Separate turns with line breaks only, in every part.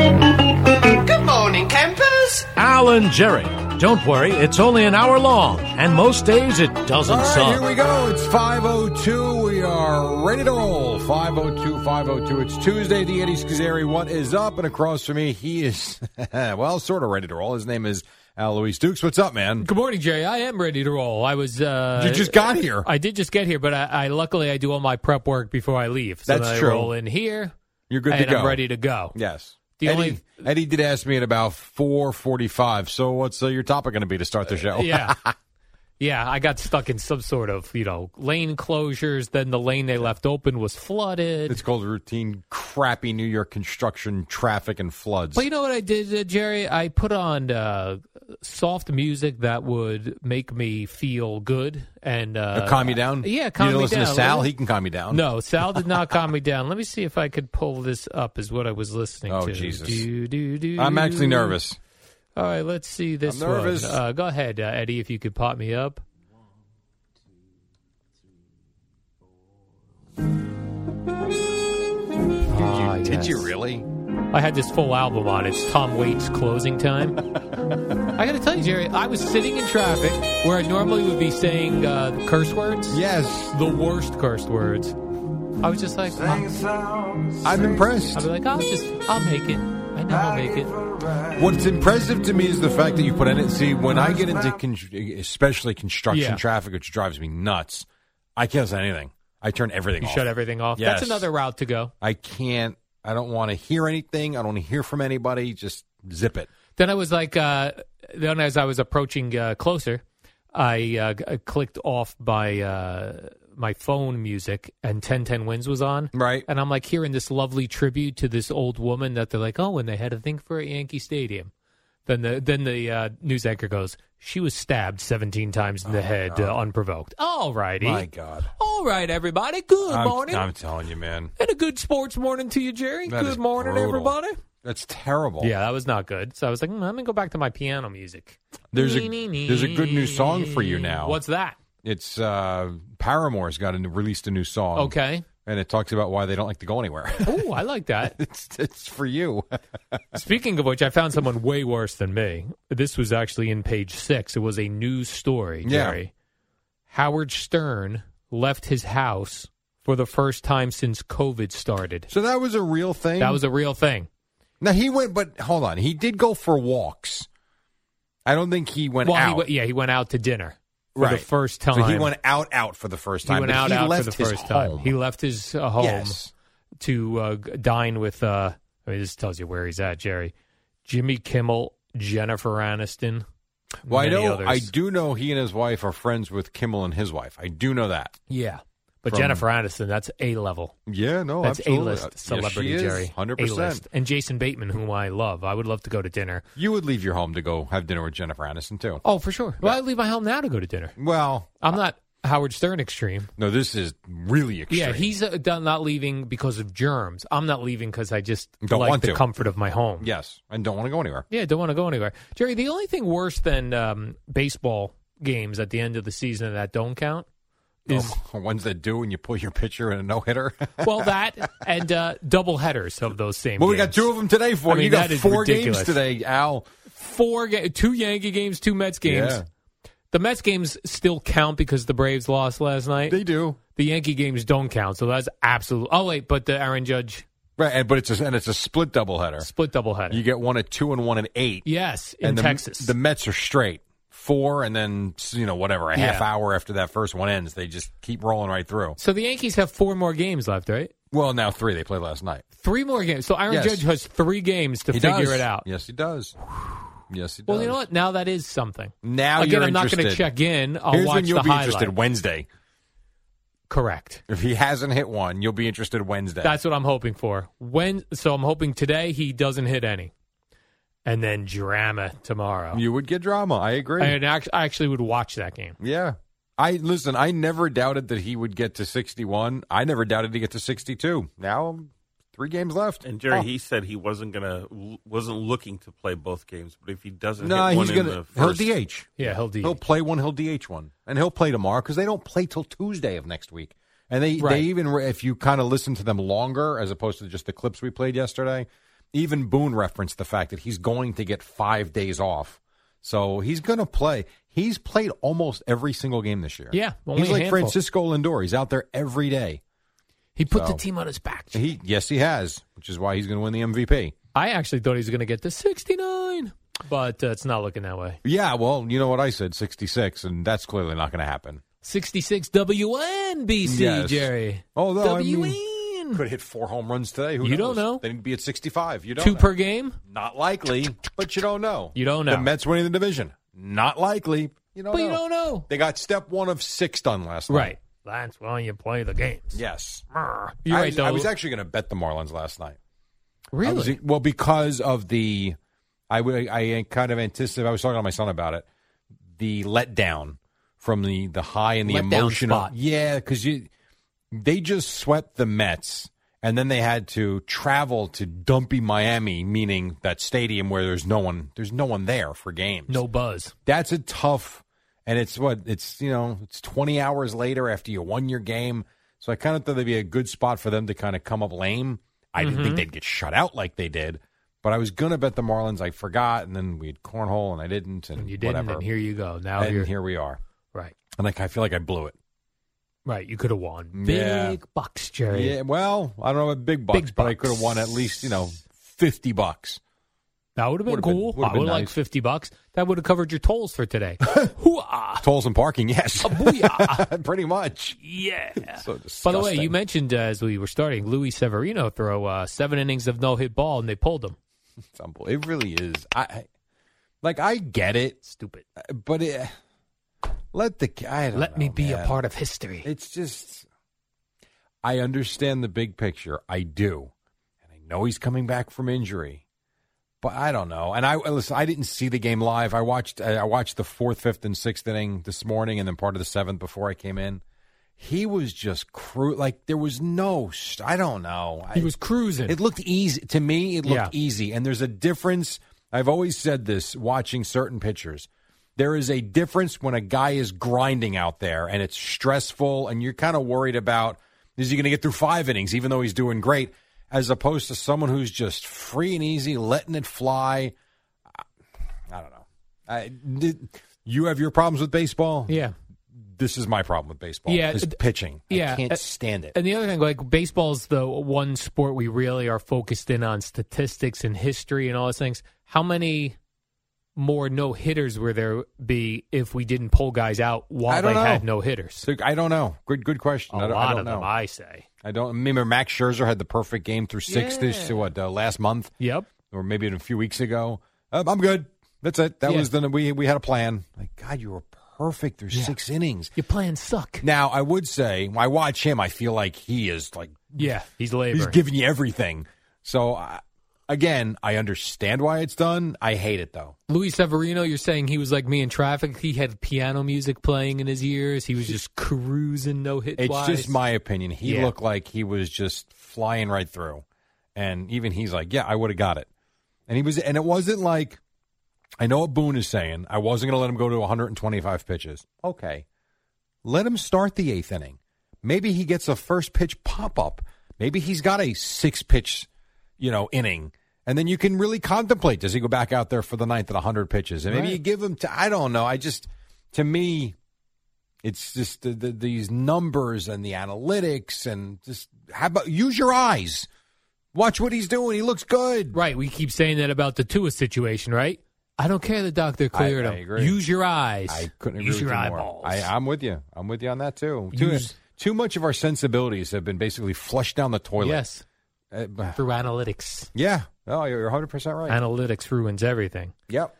Good morning, campers.
Alan Jerry. Don't worry, it's only an hour long, and most days it doesn't
All right,
suck.
here we go. It's 502. We are ready to roll. 502, 502. It's Tuesday. The Eddie Schizzeri. What is up? And across from me, he is, well, sort of ready to roll. His name is Al Luis Dukes. What's up, man?
Good morning, Jerry. I am ready to roll. I was. Uh,
You just got here.
I did just get here, but I, I luckily I do all my prep work before I leave. So
That's
then I
true.
Roll in here.
You're good
and
to go.
I'm ready to go.
Yes.
The
Eddie,
only-
Eddie did ask me at about 445. So what's uh, your topic going to be to start the show?
Uh, Yeah. Yeah, I got stuck in some sort of you know lane closures. Then the lane they left open was flooded.
It's called routine crappy New York construction traffic and floods.
But you know what I did, uh, Jerry? I put on uh, soft music that would make me feel good and uh,
Uh, calm you down?
Yeah, calm
you
me
listen
down.
to Sal?
Let me-
He can calm you down.
No, Sal did not calm me down. Let me see if I could pull this up. Is what I was listening
Oh,
to.
Jesus.
Do, do, do.
I'm actually nervous.
All right, let's see this
I'm nervous.
one. Uh, go ahead, uh, Eddie, if you could pop me up. Ah,
Did you
yes.
really?
I had this full album on. It's Tom Waits closing time. I got to tell you, Jerry, I was sitting in traffic where I normally would be saying uh, curse words.
Yes.
The worst curse words. I was just like, I'll,
I'm impressed.
I'll be like, "Oh, I'll just, I'll make it. I know I'll make it.
What's impressive to me is the fact that you put in it. See, when I get into con- especially construction
Yeah.
traffic, which drives me nuts, I can't say anything. I turn everything
You
off.
shut everything off.
Yes.
That's another route to go.
I can't. I don't want to hear anything. I don't want to hear from anybody. Just zip it.
Then I was like, uh, then as I was approaching uh, closer, I uh, g- I clicked off my uh, my phone music, and 1010 Wins was on.
Right.
And I'm like hearing this lovely tribute to this old woman that they're like, oh, and they had a thing for at Yankee Stadium. Then the then the uh, news anchor goes, she was stabbed 17 times in the head uh, unprovoked. All righty.
My God.
All right, everybody. Good
I'm,
morning.
I'm telling you, man.
and a good sports morning to you, Jerry.
That is
good morning,
brutal.
everybody.
That's terrible.
Yeah, that was not good. So I was like, mm, I'm gonna go back to my piano music.
There's a there's a good new song for you now.
What's that?
it's uh, Paramore's got a new, released a new song.
Okay.
And it talks about why they don't like to go anywhere.
Oh, I like that.
it's it's for you.
Speaking of which, I found someone way worse than me. This was actually in page six. It was a news story,
Yeah.
Jerry. Howard Stern left his house for the first time since COVID started.
So that was a real thing.
That was a real thing.
Now he went, but hold on, he did go for walks. I don't think he went
well,
out.
He, went- yeah, he went out to dinner for
right.
the first
So
time.
he went out, out for the first
He
time.
went
but
out,
he
out
left
for the
his
first time.
home.
He left his uh, home.
Yes.
to uh, g- dine with. Uh, I mean, this tells you where he's at, Jerry. Jimmy Kimmel, Jennifer Aniston.
Well, I
many
know.
others.
I do know he and his wife are friends with Kimmel and his wife. I do know that.
Yeah, but
From-
Jennifer Aniston, that's a level.
Yeah, no,
That's a
absolutely. Uh,
list celebrity,
yes, she is,
Jerry.
Hundred percent.
A-list. And Jason Bateman, whom I love. I would love to go to dinner.
You would leave your home to go have dinner with Jennifer Aniston too.
Oh, for sure. Well, I leave my home now to go to dinner.
Well,
I'm not Howard Stern extreme.
no, this is really extreme.
Yeah, he's uh, done not leaving because of germs. I'm not leaving because I just
Don't
like
want
the
to.
comfort of my home.
yes, and don't want to go anywhere.
Yeah, don't want to go anywhere. Jerry, the only thing worse than um, baseball games at the end of the season that don't count is,
Oh, ones that do, and you pull your pitcher in a no hitter.
well, that and uh, double headers of those same
well, we
games.
got two of them today for
I
you.
mean,
you got
that is
four
ridiculous.
games today, Al.
Four ga- two Yankee games, two Mets games.
Yeah.
The Mets games still count because the Braves lost last night.
They do.
the Yankee games don't count, so that's absolute. Oh wait, but the Aaron Judge
Right, and, but it's a, and it's a split doubleheader.
split doubleheader.
You get one at two and one at eight.
yes, in
and the,
Texas.
The Mets are straight four, and then you know whatever a half
Yeah.
hour after that first one ends, they just keep rolling right through.
so the Yankees have four more games left, right?
Well, now three they played last night.
Three more games. So Aaron
Yes.
Judge has three games to
He
figure
does.
it out.
Yes, he does. Yes, he does.
Well, you know what? Now that is something.
Now
Again,
you're
I'm not
interested.
going to check in. I'll
Here's
watch
when you'll
the
be
highlight.
interested Wednesday.
Correct.
If he hasn't hit one, you'll be interested Wednesday.
That's what I'm hoping for. When? So I'm hoping today he doesn't hit any, and then drama tomorrow.
you would get drama. I agree.
and act- I actually would watch that game.
yeah. I listen. I never doubted that he would get to 61. I never doubted he get to 62. Now, um, three games left.
And Jerry,
Oh.
he said he wasn't gonna wasn't looking to play both games, but if he doesn't,
no,
hit one
he's
in
gonna
the
he'll
first,
DH.
Yeah, he'll D.
He'll play one. He'll DH one, and he'll play tomorrow because they don't play till Tuesday of next week. And they
Right.
they even re- if you kind of listen to them longer as opposed to just the clips we played yesterday, even Boone referenced the fact that he's going to get five days off, so he's going to play. He's played almost every single game this year.
Yeah, only
he's
a
like
handful.
Francisco Lindor. He's out there every day.
He put
So-
the team on his back.
He yes he has, which is why he's going to win the MVP.
I actually thought he was going to get to 69, but uh, it's not looking that way.
Yeah, well, you know what I said, sixty six, and that's clearly not going to happen.
66 WNBC,
Yes.
Jerry.
Although, I mean-
WN.
Could hit four home runs today. Who
You
knows?
don't know.
They need to be at 65. You don't
Two
know.
per game?
Not likely, but you don't know.
You don't
The
know.
Mets winning the division. Not likely. You don't
But
know.
you don't know.
They got step one of six done last night.
Right. That's why you play the games.
Yes.
You're
I,
right,
was-
though.
I was actually going to bet the Marlins last night. I
really?
was- well, because of the, I w- I kind of anticipated. I was talking to my son about it. The letdown from the the high and the
Letdown
emotional.
spot.
Yeah, because you they just swept the Mets, and then they had to travel to dumpy Miami, meaning that stadium where there's no one, there's no one there for games.
no buzz.
that's a tough. And it's what it's you know it's twenty hours later after you won your game. So I kind of thought that'd be a good spot for them to kind of come up lame. I didn't
Mm-hmm.
think they'd get shut out like they did, but I was gonna bet the Marlins. I forgot, and then we had cornhole, and I didn't, and
You didn't,
whatever.
and here you go. Now
And
you're
here we are.
right.
And like I feel like I blew it.
Right. You could have won. Big
Yeah.
bucks, Jerry.
Yeah, well, I don't know about big bucks,
Big
but I
bucks.
could have won at least you know fifty bucks.
That would have been
Would've been-
cool.
would've
I
been
would like
nice.
50 bucks. That would have covered your tolls for today. Hoo-ah.
Tolls and parking, yes,
Booyah.
pretty much.
Yeah.
So
By the way, you
disgusting.
mentioned uh, as we were starting, Luis Severino throw uh, seven innings of no hit ball, and they pulled him.
It's unbel- It really is. I- I like I get it.
Stupid.
but it, let the I don't
Let me
know,
be a
man.
part of history.
It's just I understand the big picture. I do, and I know he's coming back from injury, but I don't know. And I listen. I didn't see the game live. I watched. I watched the fourth, fifth, and sixth inning this morning, and then part of the seventh before I came in. He was just crude. Like there was no. St- I don't know.
he
I-
was cruising.
it looked easy to me. It looked
Yeah.
easy, and there's a difference. I've always said this: watching certain pitchers, there is a difference when a guy is grinding out there and it's stressful, and you're kind of worried about is he going to get through five innings, even though he's doing great, as opposed to someone who's just free and easy, letting it fly. I, I don't know. I, did- you have your problems with baseball.
yeah.
This is my problem with baseball.
Yeah,
is
d-
pitching.
yeah,
I can't
uh,
stand it.
And the other thing, like baseball's the one sport we really are focused in on statistics and history and all those things. How many more no hitters were there be if we didn't pull guys out
I
while
don't
they
know.
had no hitters?
So, I don't know. Good, good
A
question. I don't, I
lot
don't
of
know.
them, I say.
I don't remember Max Scherzer had the perfect game through six this
Yeah.
what uh, last month
Yep.
or maybe even a few weeks ago. Uh, I'm good. That's it. That
Yeah.
was the we we had a plan. Like God, you were perfect through six innings.
Your plans suck.
Now I would say when I watch him. I feel like he is like
Yeah, he's laboring.
he's giving you everything. So I, again, I understand why it's done. I hate it though.
Luis Severino, you're saying he was like me in traffic. He had piano music playing in his ears. He was just cruising no hit.
It's just my opinion. He
Yeah.
looked like he was just flying right through, and even he's like, "Yeah, I would have got it." And he was, and it wasn't like, I know what Boone is saying. I wasn't going to let him go to 125 pitches. Okay, let him start the eighth inning. Maybe he gets a first pitch pop up. Maybe he's got a six pitch, you know, inning. And then you can really contemplate: Does he go back out there for the ninth at 100 pitches? And maybe
Right.
you give him to. I don't know. I just to me, it's just the, the, these numbers and the analytics and just how about use your eyes. Watch what he's doing. He looks good.
Right. We keep saying that about the Tua situation, right? I don't care the doctor cleared
I
him.
agree.
Use your eyes.
I couldn't agree
Use
with
your
you
eyeballs.
more. I, I'm with you. I'm with you on that too. Too,
Use-
too much of our sensibilities have been basically flushed down the toilet.
yes,
Uh, b-
through analytics.
yeah. Oh, you're 100 percent right.
Analytics ruins everything.
yep.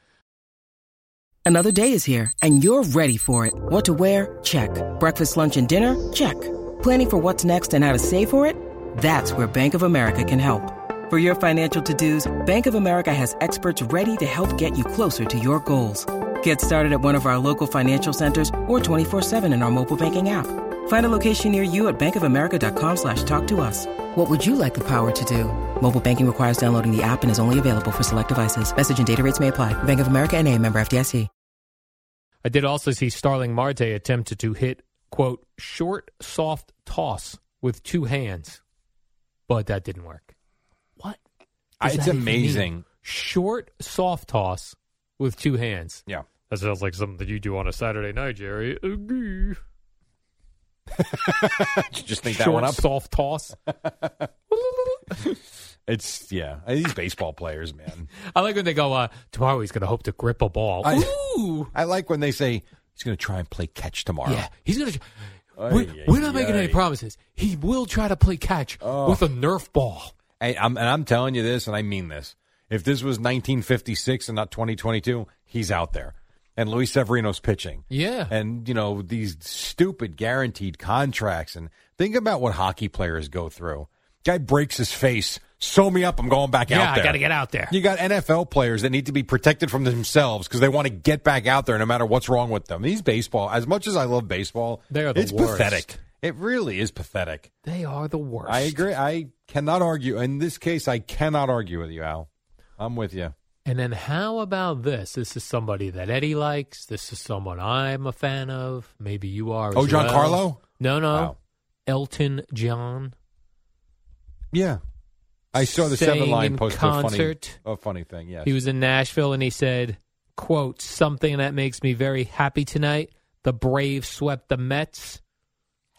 Another day is here, and you're ready for it. What to wear? Check. Breakfast, lunch, and dinner? Check. Planning for what's next and how to save for it? That's where Bank of America can help. For your financial to dos, Bank of America has experts ready to help get you closer to your goals. Get started at one of our local financial centers or 24-7 in our mobile banking app. Find a location near you at bankofamerica.com slash talk to us. What would you like the power to do? Mobile banking requires downloading the app and is only available for select devices. Message and data rates may apply. Bank of America and a member FDIC.
I did also see Starling Marte attempted to hit quote short soft toss with two hands, but that didn't work. What?
I,
does
it's
that even mean?
amazing.
Short soft toss with two hands.
Yeah.
That sounds like something that you do on a Saturday night, Jerry. Agree.
Did you just think
Short
that one up?
soft toss.
It's yeah. These baseball players, man.
I like when they go, uh, tomorrow he's going to hope to grip a ball.
I-
Ooh.
I like when they say he's going to try and play catch tomorrow.
Yeah, he's going to.
Ay,
We're,
ay,
we're not making any
ay. Oh.
promises. He will try to play catch with a Nerf ball.
And I'm, and I'm telling you this, and I mean this. If this was 1956 and not 2022, he's out there. And Luis Severino's pitching.
Yeah.
And, you know, these stupid guaranteed contracts. And think about what hockey players go through. Guy breaks his face. Sew me up. I'm going back
yeah,
out there.
I got to get out there.
You got NFL players that need to be protected from themselves because they want to get back out there no matter what's wrong with them. These baseball, as much as I love baseball,
They are the
it's
worst.
pathetic. It really is pathetic.
They are the worst.
I agree. I cannot argue. In this case, I cannot argue with you, Al. I'm with you.
And then how about this? This is somebody that Eddie likes. This is someone I'm a fan of. Maybe you are. as
Oh,
well.
Giancarlo?
No, no.
Wow.
Elton John.
Yeah. I saw the
Sang
seven line
in
post
concert.
a funny, a funny thing. Yes.
He was in Nashville and he said, quote, something that makes me very happy tonight. The Braves swept the Mets.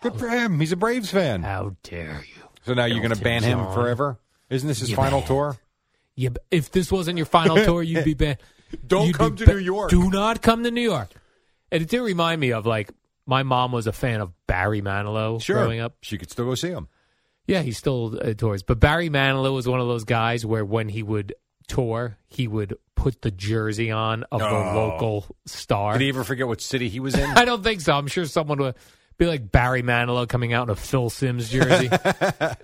good for him. He's a Braves fan.
How dare you?
So now you're going to
Elton
ban him
John.
forever? Isn't this his
You
final
banned.
tour?
Yeah, but if this wasn't your final tour, you'd be banned.
Don't
You'd be
come to
ba-
New York.
Do not come to New York. And it did remind me of like my mom was a fan of Barry Manilow growing up.
She could still go see him.
Yeah, he still uh, tours. But Barry Manilow was one of those guys where when he would tour, he would put the jersey on of the local star.
Did he ever forget what city he was in?
I don't think so. I'm sure someone would be like Barry Manilow coming out in a Phil Sims jersey. Uh,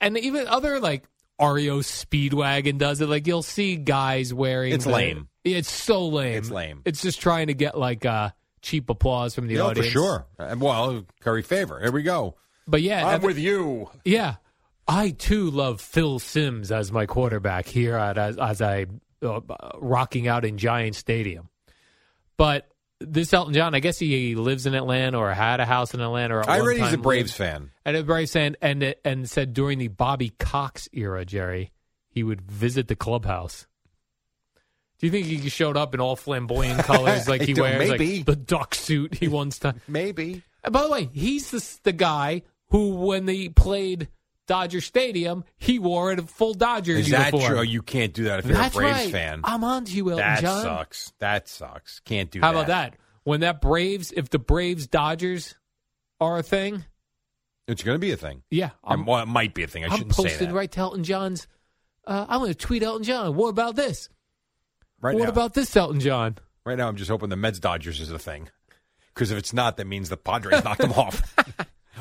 and even other like Ario Speedwagon does it. Like you'll see guys wearing
It's
the-
lame.
It's so lame.
It's lame.
It's just trying to get like uh cheap applause from the
No, for
audience.
sure. Uh, Well, Curry favor. Here we go.
But yeah,
I'm
that-
with you.
yeah. I too love Phil Sims as my quarterback here at, as, as I uh, rocking out in Giant Stadium. But this Elton John, I guess he lives in Atlanta or had a house in Atlanta. Or at
I
one
read he's a
time
Braves
lived-
fan.
And a Braves fan, and and said during the Bobby Cox era, Jerry, he would visit the clubhouse. Do you think he showed up in all flamboyant colors like
I
he
do-
wears,
maybe.
like the duck suit he once time?
Maybe.
And by the way, he's the, s- the guy who, when they played Dodger Stadium, he wore a full Dodger
Is that
uniform.
true? Oh, You can't do that if you're
That's
a Braves
right.
fan.
I'm on to you, Elton
that
John.
sucks. That sucks. Can't do
How
that.
about that? When that Braves, if the Braves Dodgers are a thing,
It's going to be a thing.
yeah,
Um,
I'm,
well, it might be a thing. I
I'm
shouldn't say
posting
that.
right to Elton John's. Uh, I'm going to tweet Elton John. What about this?
Right
what
now.
about this, Elton John?
right now, I'm just hoping the Mets Dodgers is a thing. Because if it's not, that means the Padres knocked them off.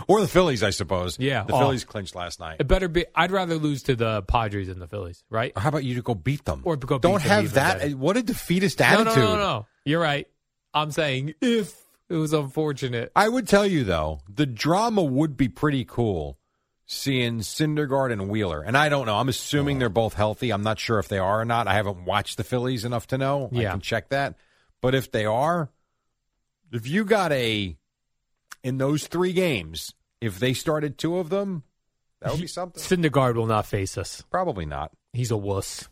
Or the Phillies, I suppose.
Yeah,
The
oh.
Phillies clinched last night.
It better be. I'd rather lose to the Padres than the Phillies, right?
How about you to go beat them?
Or go beat
Don't
them
have
even
that.
better.
What a defeatist
No,
attitude.
no, no, no. You're right. I'm saying if it was unfortunate.
I would tell you, though, the drama would be pretty cool seeing Syndergaard and Wheeler. And I don't know. I'm assuming they're both healthy. I'm not sure if they are or not. I haven't watched the Phillies enough to know. I
Yeah.
can check that. But if they are, if you got a, in those three games, if they started two of them, that would be something.
Syndergaard will not face us.
Probably not.
He's a wuss.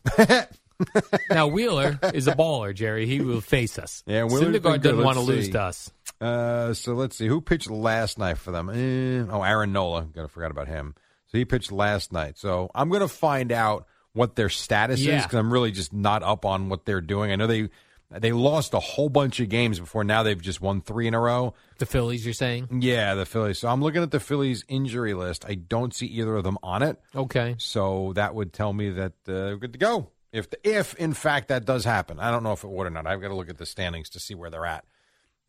now Wheeler is a baller, Jerry. He will face us.
Yeah, Wheeler's been
Syndergaard
good.
doesn't
Let's
want to lose
see.
to us.
Uh, so let's see who pitched last night for them. Eh, oh, Aaron Nola. Got to forgot about him. So he pitched last night. So I'm going to find out what their status is
Yeah.
because I'm really just not up on what they're doing. I know they they lost a whole bunch of games before. Now they've just won three in a row.
The Phillies, you're saying?
Yeah, the Phillies. So I'm looking at the Phillies injury list. I don't see either of them on it.
Okay.
So that would tell me that uh, we're good to go. If if in fact that does happen, I don't know if it would or not. I've got to look at the standings to see where they're at.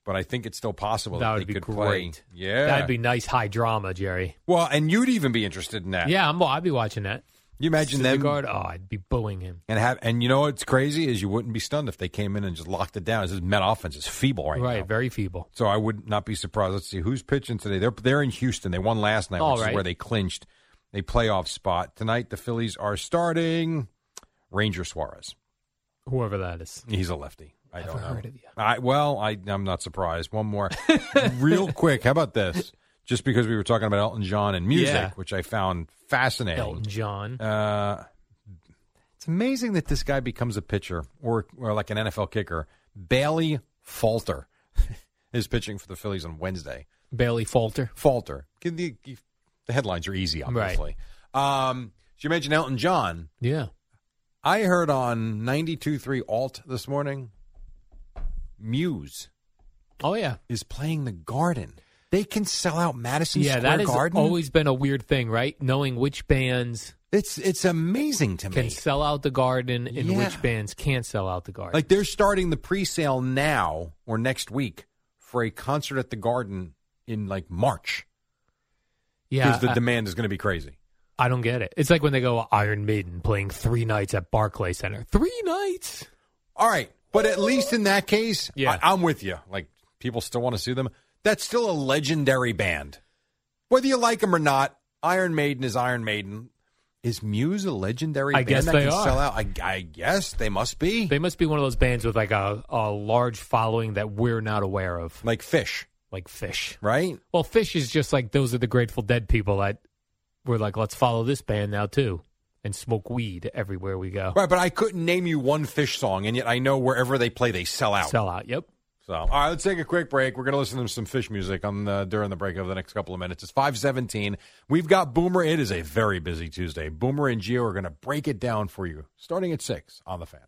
But I think it's still possible that,
that would
they
be
could
great.
play. Yeah,
That'd be nice high drama, Jerry.
well, and you'd even be interested in that.
Yeah, I'm, I'd be watching that.
you imagine them
Syndergaard, oh, I'd be booing him.
and have and you know what's crazy is you wouldn't be stunned if they came in and just locked it down. This is Met offense is feeble right,
Right,
now.
very feeble.
So I would not be surprised. Let's see who's pitching today. They're they're in Houston. They won last night,
All
which is
right.
where they clinched a playoff spot. Tonight the Phillies are starting Ranger Suarez.
Whoever that is.
He's a lefty. I don't know.
heard of you.
I, well, I, I'm not surprised. One more, real quick. How about this? Just because we were talking about Elton John and music,
Yeah.
which I found fascinating.
Elton John.
Uh, it's amazing that this guy becomes a pitcher or, or like an NFL kicker. Bailey Falter is pitching for the Phillies on Wednesday.
Bailey Falter.
Falter. Give The, the headlines are easy, obviously. Um, so you mentioned Elton John.
Yeah.
I heard on 92.3 Alt this morning, Muse
Oh, yeah.
is playing the Garden. They can sell out Madison
yeah,
Square
that has
Garden.
always been a weird thing, right? Knowing which bands
it's it's amazing to
can
me.
sell out the garden and
Yeah.
which bands can't sell out the garden.
Like they're starting the pre-sale now or next week for a concert at the Garden in like March
yeah,
because the
I-
demand is going to be crazy.
I don't get it. It's like when they go Iron Maiden playing three nights at Barclay Center. Three nights.
All right, but at least in that case,
Yeah.
I, I'm with you. Like people still want to see them. That's still a legendary band, whether you like them or not. Iron Maiden is Iron Maiden. Is Muse a legendary
I
band
guess
that
they
can
are.
sell out? I, I guess they must be.
They must be one of those bands with like a, a large following that we're not aware of,
like Fish,
like Fish.
right?
Well, Fish is just like those are the Grateful Dead people that were like, let's follow this band now too, and smoke weed everywhere we go.
Right, but I couldn't name you one Fish song, and yet I know wherever they play, they sell out.
Sell out. Yep.
So, all right, let's take a quick break. We're going to listen to some Fish music on the, during the break over the next couple of minutes. It's five seventeen. We've got Boomer. It is a very busy Tuesday. Boomer and Gio are going to break it down for you, starting at six on the fan.